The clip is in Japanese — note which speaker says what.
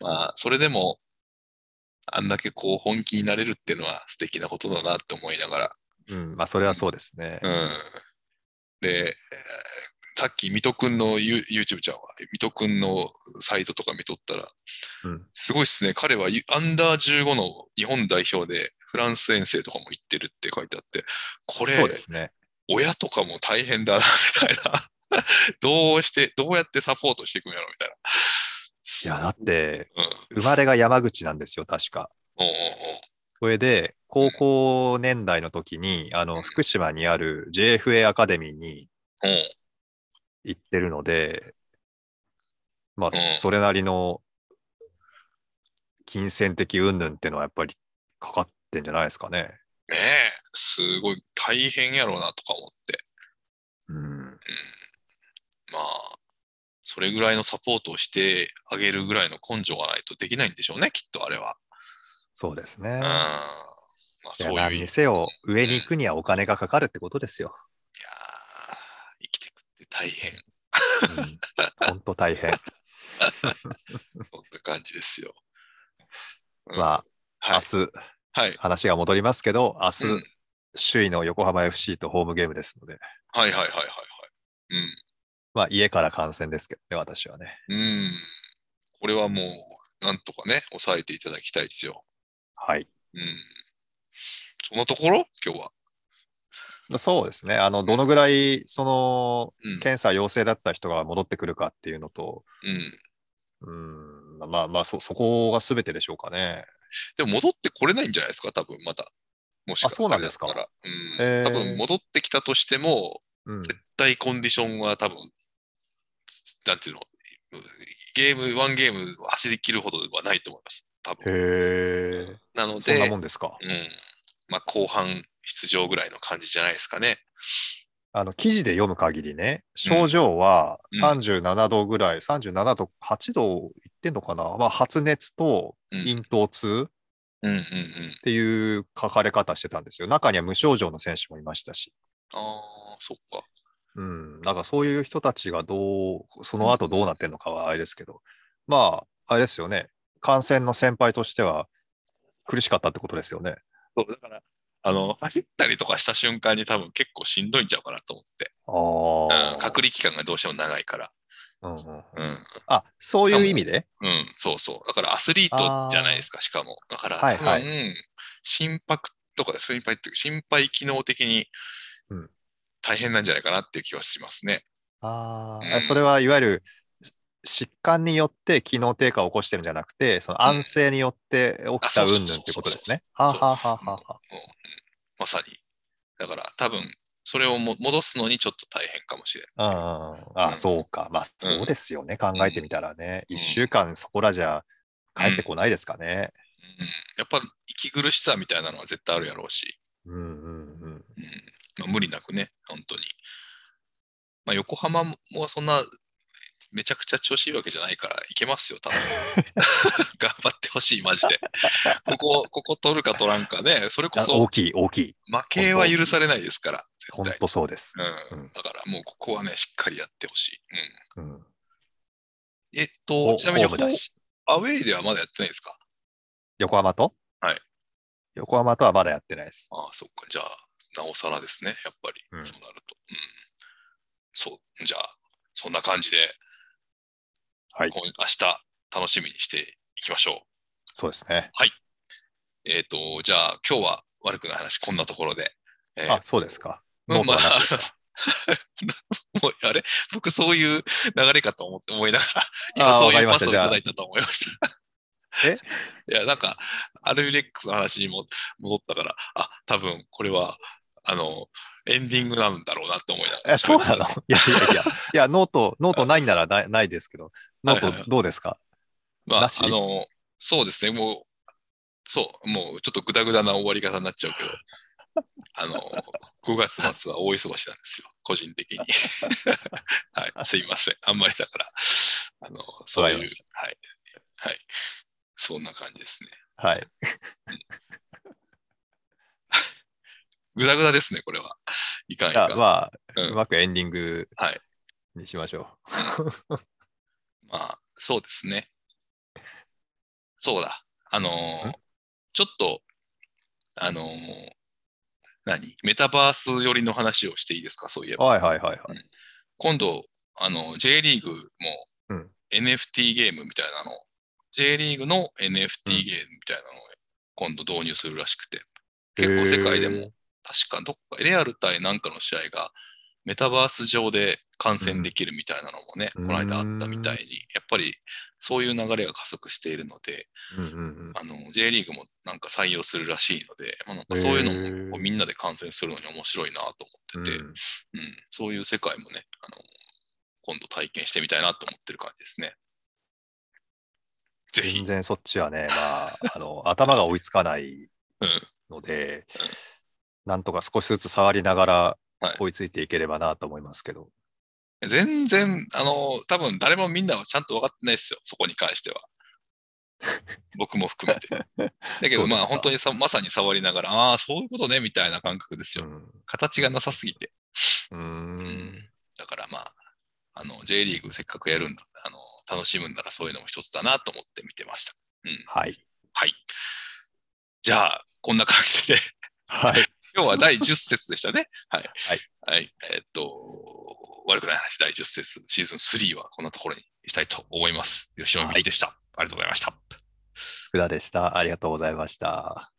Speaker 1: まあ、それでも、あんだけこう本気になれるっていうのは素敵なことだなって思いながら。
Speaker 2: うん、まあ、それはそうですね。
Speaker 1: うん。で、えーさっき水戸くんの You- YouTube ちゃんは、水戸くんのサイトとか見とったら、
Speaker 2: うん
Speaker 1: すごいっすね。彼はアンダー15の日本代表でフランス遠征とかも行ってるって書いてあって、これ
Speaker 2: そう、ですね。
Speaker 1: 親とかも大変だな、みたいな。 どうして、どうやってサポートしていくんやろ、みたいな。
Speaker 2: いや、だって、
Speaker 1: うん。
Speaker 2: 生まれが山口なんですよ、確か。
Speaker 1: おう
Speaker 2: それで、高校年代の時に、あの、福島にある JFA アカデミーに
Speaker 1: おうおううん
Speaker 2: 行ってるので、ま
Speaker 1: うん
Speaker 2: あ、それなりの金銭的云々ってのはやっぱりかかってんじゃないですかね。
Speaker 1: ねえ、すごい大変やろうな、とか思って。
Speaker 2: うん。
Speaker 1: うんまあ、それぐらいのサポートをしてあげるぐらいの根性がないとできないんでしょうね、きっとあれは。
Speaker 2: そうです
Speaker 1: う
Speaker 2: ね
Speaker 1: ん。。まあ、
Speaker 2: いや、
Speaker 1: そう
Speaker 2: 何
Speaker 1: いう、いや
Speaker 2: にせよ、上に行くにはお金がかかるってことですよ。
Speaker 1: ー生きてくって大変。
Speaker 2: うん。本当大変。
Speaker 1: そんな感じですよ。うん
Speaker 2: まあ、
Speaker 1: はい。
Speaker 2: 明日、
Speaker 1: はい。
Speaker 2: 話が戻りますけど、明日、
Speaker 1: うん
Speaker 2: 首位の横浜 FC とホームゲームですので、
Speaker 1: はいはいはいはいはい。うん。
Speaker 2: まあ、家から観戦ですけどね、私はね。
Speaker 1: うん。これはもう、なんとかね、抑えていただきたいですよ。
Speaker 2: はい。
Speaker 1: うん。そのところ今日は。
Speaker 2: そうですね。あの、どのぐらい、その、
Speaker 1: うん。
Speaker 2: 検査陽性だった人が戻ってくるかっていうのと、
Speaker 1: うん。
Speaker 2: うん、まあまあ、そ、そこが全てでしょうかね。
Speaker 1: でも戻ってこれないんじゃないですか多分また。もし
Speaker 2: あそうなんですか
Speaker 1: あれだったら。う
Speaker 2: へ
Speaker 1: ん。
Speaker 2: ー
Speaker 1: 多分戻ってきたとしても、
Speaker 2: うん。
Speaker 1: 絶対コンディションは多分、つなんていうの、ゲーム、ワンゲーム走り切るほどではないと思います。多
Speaker 2: へ
Speaker 1: 分。
Speaker 2: え、
Speaker 1: なの
Speaker 2: そんなも
Speaker 1: で、
Speaker 2: んですか。
Speaker 1: うん。まあ、後半出場ぐらいの感じじゃないですかね。
Speaker 2: あの、記事で読む限りね、症状は
Speaker 1: うん
Speaker 2: 37度ぐらい、37度、8度いってんのかな。まあ、発熱と
Speaker 1: うん。うん
Speaker 2: 咽頭痛。
Speaker 1: うんうん。
Speaker 2: っていう書かれ方してたんですよ。中には無症状の選手もいましたし、
Speaker 1: ああ、そっか。
Speaker 2: うん、なんかそういう人たちがどう、その後どうなってんのかはあれですけど、まあ、あれですよね、感染の先輩としては苦しかったってことですよね。
Speaker 1: そう、だから、あの、走ったりとかした瞬間に多分結構しんどいんちゃうかなと思って。
Speaker 2: あ
Speaker 1: うん、隔離期間がどうしても長いから。
Speaker 2: 離、うんうん
Speaker 1: うん。
Speaker 2: あ、そういう意味で
Speaker 1: うん、そうそう。だからアスリートじゃないですか、しかも。だから、
Speaker 2: はいはい
Speaker 1: 多分、心拍とか、心配っていうか、心肺機能的に
Speaker 2: うん
Speaker 1: 大変なんじゃないかなっていう気はしますね。
Speaker 2: あ
Speaker 1: うん
Speaker 2: ーそれはいわゆる疾患によって機能低下を起こしてるんじゃなくて、その安静によって起きた
Speaker 1: うんあそう
Speaker 2: 云
Speaker 1: そうそうそう
Speaker 2: 々ってことですね。
Speaker 1: う
Speaker 2: はあはあはあはあはあ
Speaker 1: もううんまさに。だから、多分、それをも戻すのにちょっと大変かもしれん。
Speaker 2: うんうんうん
Speaker 1: うん
Speaker 2: あ、そうか。まあ、そうですよね。考えてみたらね。
Speaker 1: うん
Speaker 2: 1週間そこらじゃ帰ってこないですかね。
Speaker 1: うん、やっぱ、息苦しさみたいなのは絶対あるやろうし。
Speaker 2: うんうんうん。
Speaker 1: うんまあ、無理なくね、本当に。まあ、横浜もそんな、めちゃくちゃ調子いいわけじゃないから、いけますよ、多 分頑張ってほしい、マジで。ここ、ここ取るか取らんかね、それこ
Speaker 2: あ
Speaker 1: そ
Speaker 2: 大きい、大きい。
Speaker 1: 負けは許されないですから、絶
Speaker 2: 本
Speaker 1: 対。
Speaker 2: 当そうです。
Speaker 1: う
Speaker 2: うんん、
Speaker 1: だからもうここはね、しっかりやってほしい。
Speaker 2: うん。
Speaker 1: うん、えっ
Speaker 2: ホ
Speaker 1: と、ちなみに
Speaker 2: ホームだし。
Speaker 1: アウェイではまだやってないですか
Speaker 2: 横浜と
Speaker 1: はい
Speaker 2: 横浜とはまだやってないです。
Speaker 1: ああ、そっか。じゃあ、なおさらですね、やっぱり。
Speaker 2: うん
Speaker 1: そうなると。うん。そう、じゃあ、そんな感じで、
Speaker 2: はい
Speaker 1: 今明日、楽しみにしていきましょ
Speaker 2: そうですね。
Speaker 1: う。えっ、と、じゃあ、今日は悪くない話、こんなところで。えー
Speaker 2: あ、そうですか。
Speaker 1: うん
Speaker 2: ノートはなしです
Speaker 1: まあもうあれ 僕、そういう流れかと思って思いながら、今、
Speaker 2: あー
Speaker 1: そういう
Speaker 2: わ
Speaker 1: パス
Speaker 2: かりました
Speaker 1: をい
Speaker 2: じゃあ
Speaker 1: ただいたと思いました。
Speaker 2: え
Speaker 1: いや、なんか、アルレックスの話にも戻ったから、あ、多分これは、あの、エンディングなんだろうなと思いながら。
Speaker 2: え、そうなのいやいやいや。いや、ノート、ノートないならないないですけど、ノ
Speaker 1: はいはい
Speaker 2: ートどうですか
Speaker 1: まあ、
Speaker 2: なし
Speaker 1: あの、そうですね、もう、そう、もうちょっとグダグダな終わり方になっちゃうけど、 あの、5月末は大忙しなんですよ、個人的に。 はい、すいません。あんまりだから、あの、そういう
Speaker 2: わかりま、
Speaker 1: はい、はい、そんな感じですね。
Speaker 2: はい。
Speaker 1: グダグダですね、これは。いかんい
Speaker 2: じゃ
Speaker 1: か
Speaker 2: あ
Speaker 1: ん。
Speaker 2: まあ、
Speaker 1: うん
Speaker 2: うまくエンディング
Speaker 1: はい
Speaker 2: にしましょう。
Speaker 1: まあ、そうですね。そうだ。あのー
Speaker 2: ん
Speaker 1: ちょっと、あのー何メタバース寄りの話をしていいですかそういえば。
Speaker 2: はいはいはいはい。
Speaker 1: 今度、あの、J リーグ
Speaker 2: う
Speaker 1: も
Speaker 2: ん
Speaker 1: NFT ゲームみたいなの、J リーグの NFT ゲームみ
Speaker 2: うん
Speaker 1: たいなのを今度導入するらしくて、結構世界で
Speaker 2: へ
Speaker 1: も、確かどっか、レアル対なんかの試合がメタバース上で観戦できるみたいなのもね、
Speaker 2: うん
Speaker 1: この間あったみたいに、やっぱりそういう流れが加速しているので、
Speaker 2: ー。うんうん
Speaker 1: あの、J リーグもなんか採用するらしいので、まあ、なんかそういうの
Speaker 2: へ
Speaker 1: も
Speaker 2: ー
Speaker 1: こうみんなで観戦するのに面白いなと
Speaker 2: う
Speaker 1: 思
Speaker 2: ん。
Speaker 1: ってて、
Speaker 2: うん
Speaker 1: うん、そういう世界もね、あの、今度体験してみたいなと思ってる感じですね。ぜひ
Speaker 2: 全、然そっちはね、まあ、 あの、頭が追いつかない
Speaker 1: うん、
Speaker 2: ので、なんとか少しずつ触りながら
Speaker 1: はい
Speaker 2: 追いついていければなと思いますけど。
Speaker 1: 全然、あの、多分誰もみんなはちゃんと分かってないですよ、そこに関 しては。僕も含めて。だけ
Speaker 2: そ
Speaker 1: ど、
Speaker 2: うですか
Speaker 1: まあ、本当にさ、まさに触りながら、ああ、そういうことね、みたいな感覚です
Speaker 2: う
Speaker 1: よ。
Speaker 2: ん
Speaker 1: 形がなさすぎて。
Speaker 2: う。
Speaker 1: うんだからまあ、あの、J リーグせっかくやるんだ、あの、楽しむんならそういうのも一つだなと思って見てました。うん。
Speaker 2: はい。
Speaker 1: はい。じゃあ、こんな感じで。
Speaker 2: はい。
Speaker 1: 今日は第10節でしたね。はい。
Speaker 2: はい。
Speaker 1: はい、えーっと、悪くない話、第10節、シーズン3はこんなところにしたいと思います。吉野美希でした、ありがとうございました。
Speaker 2: 福田でした。ありがとうございました。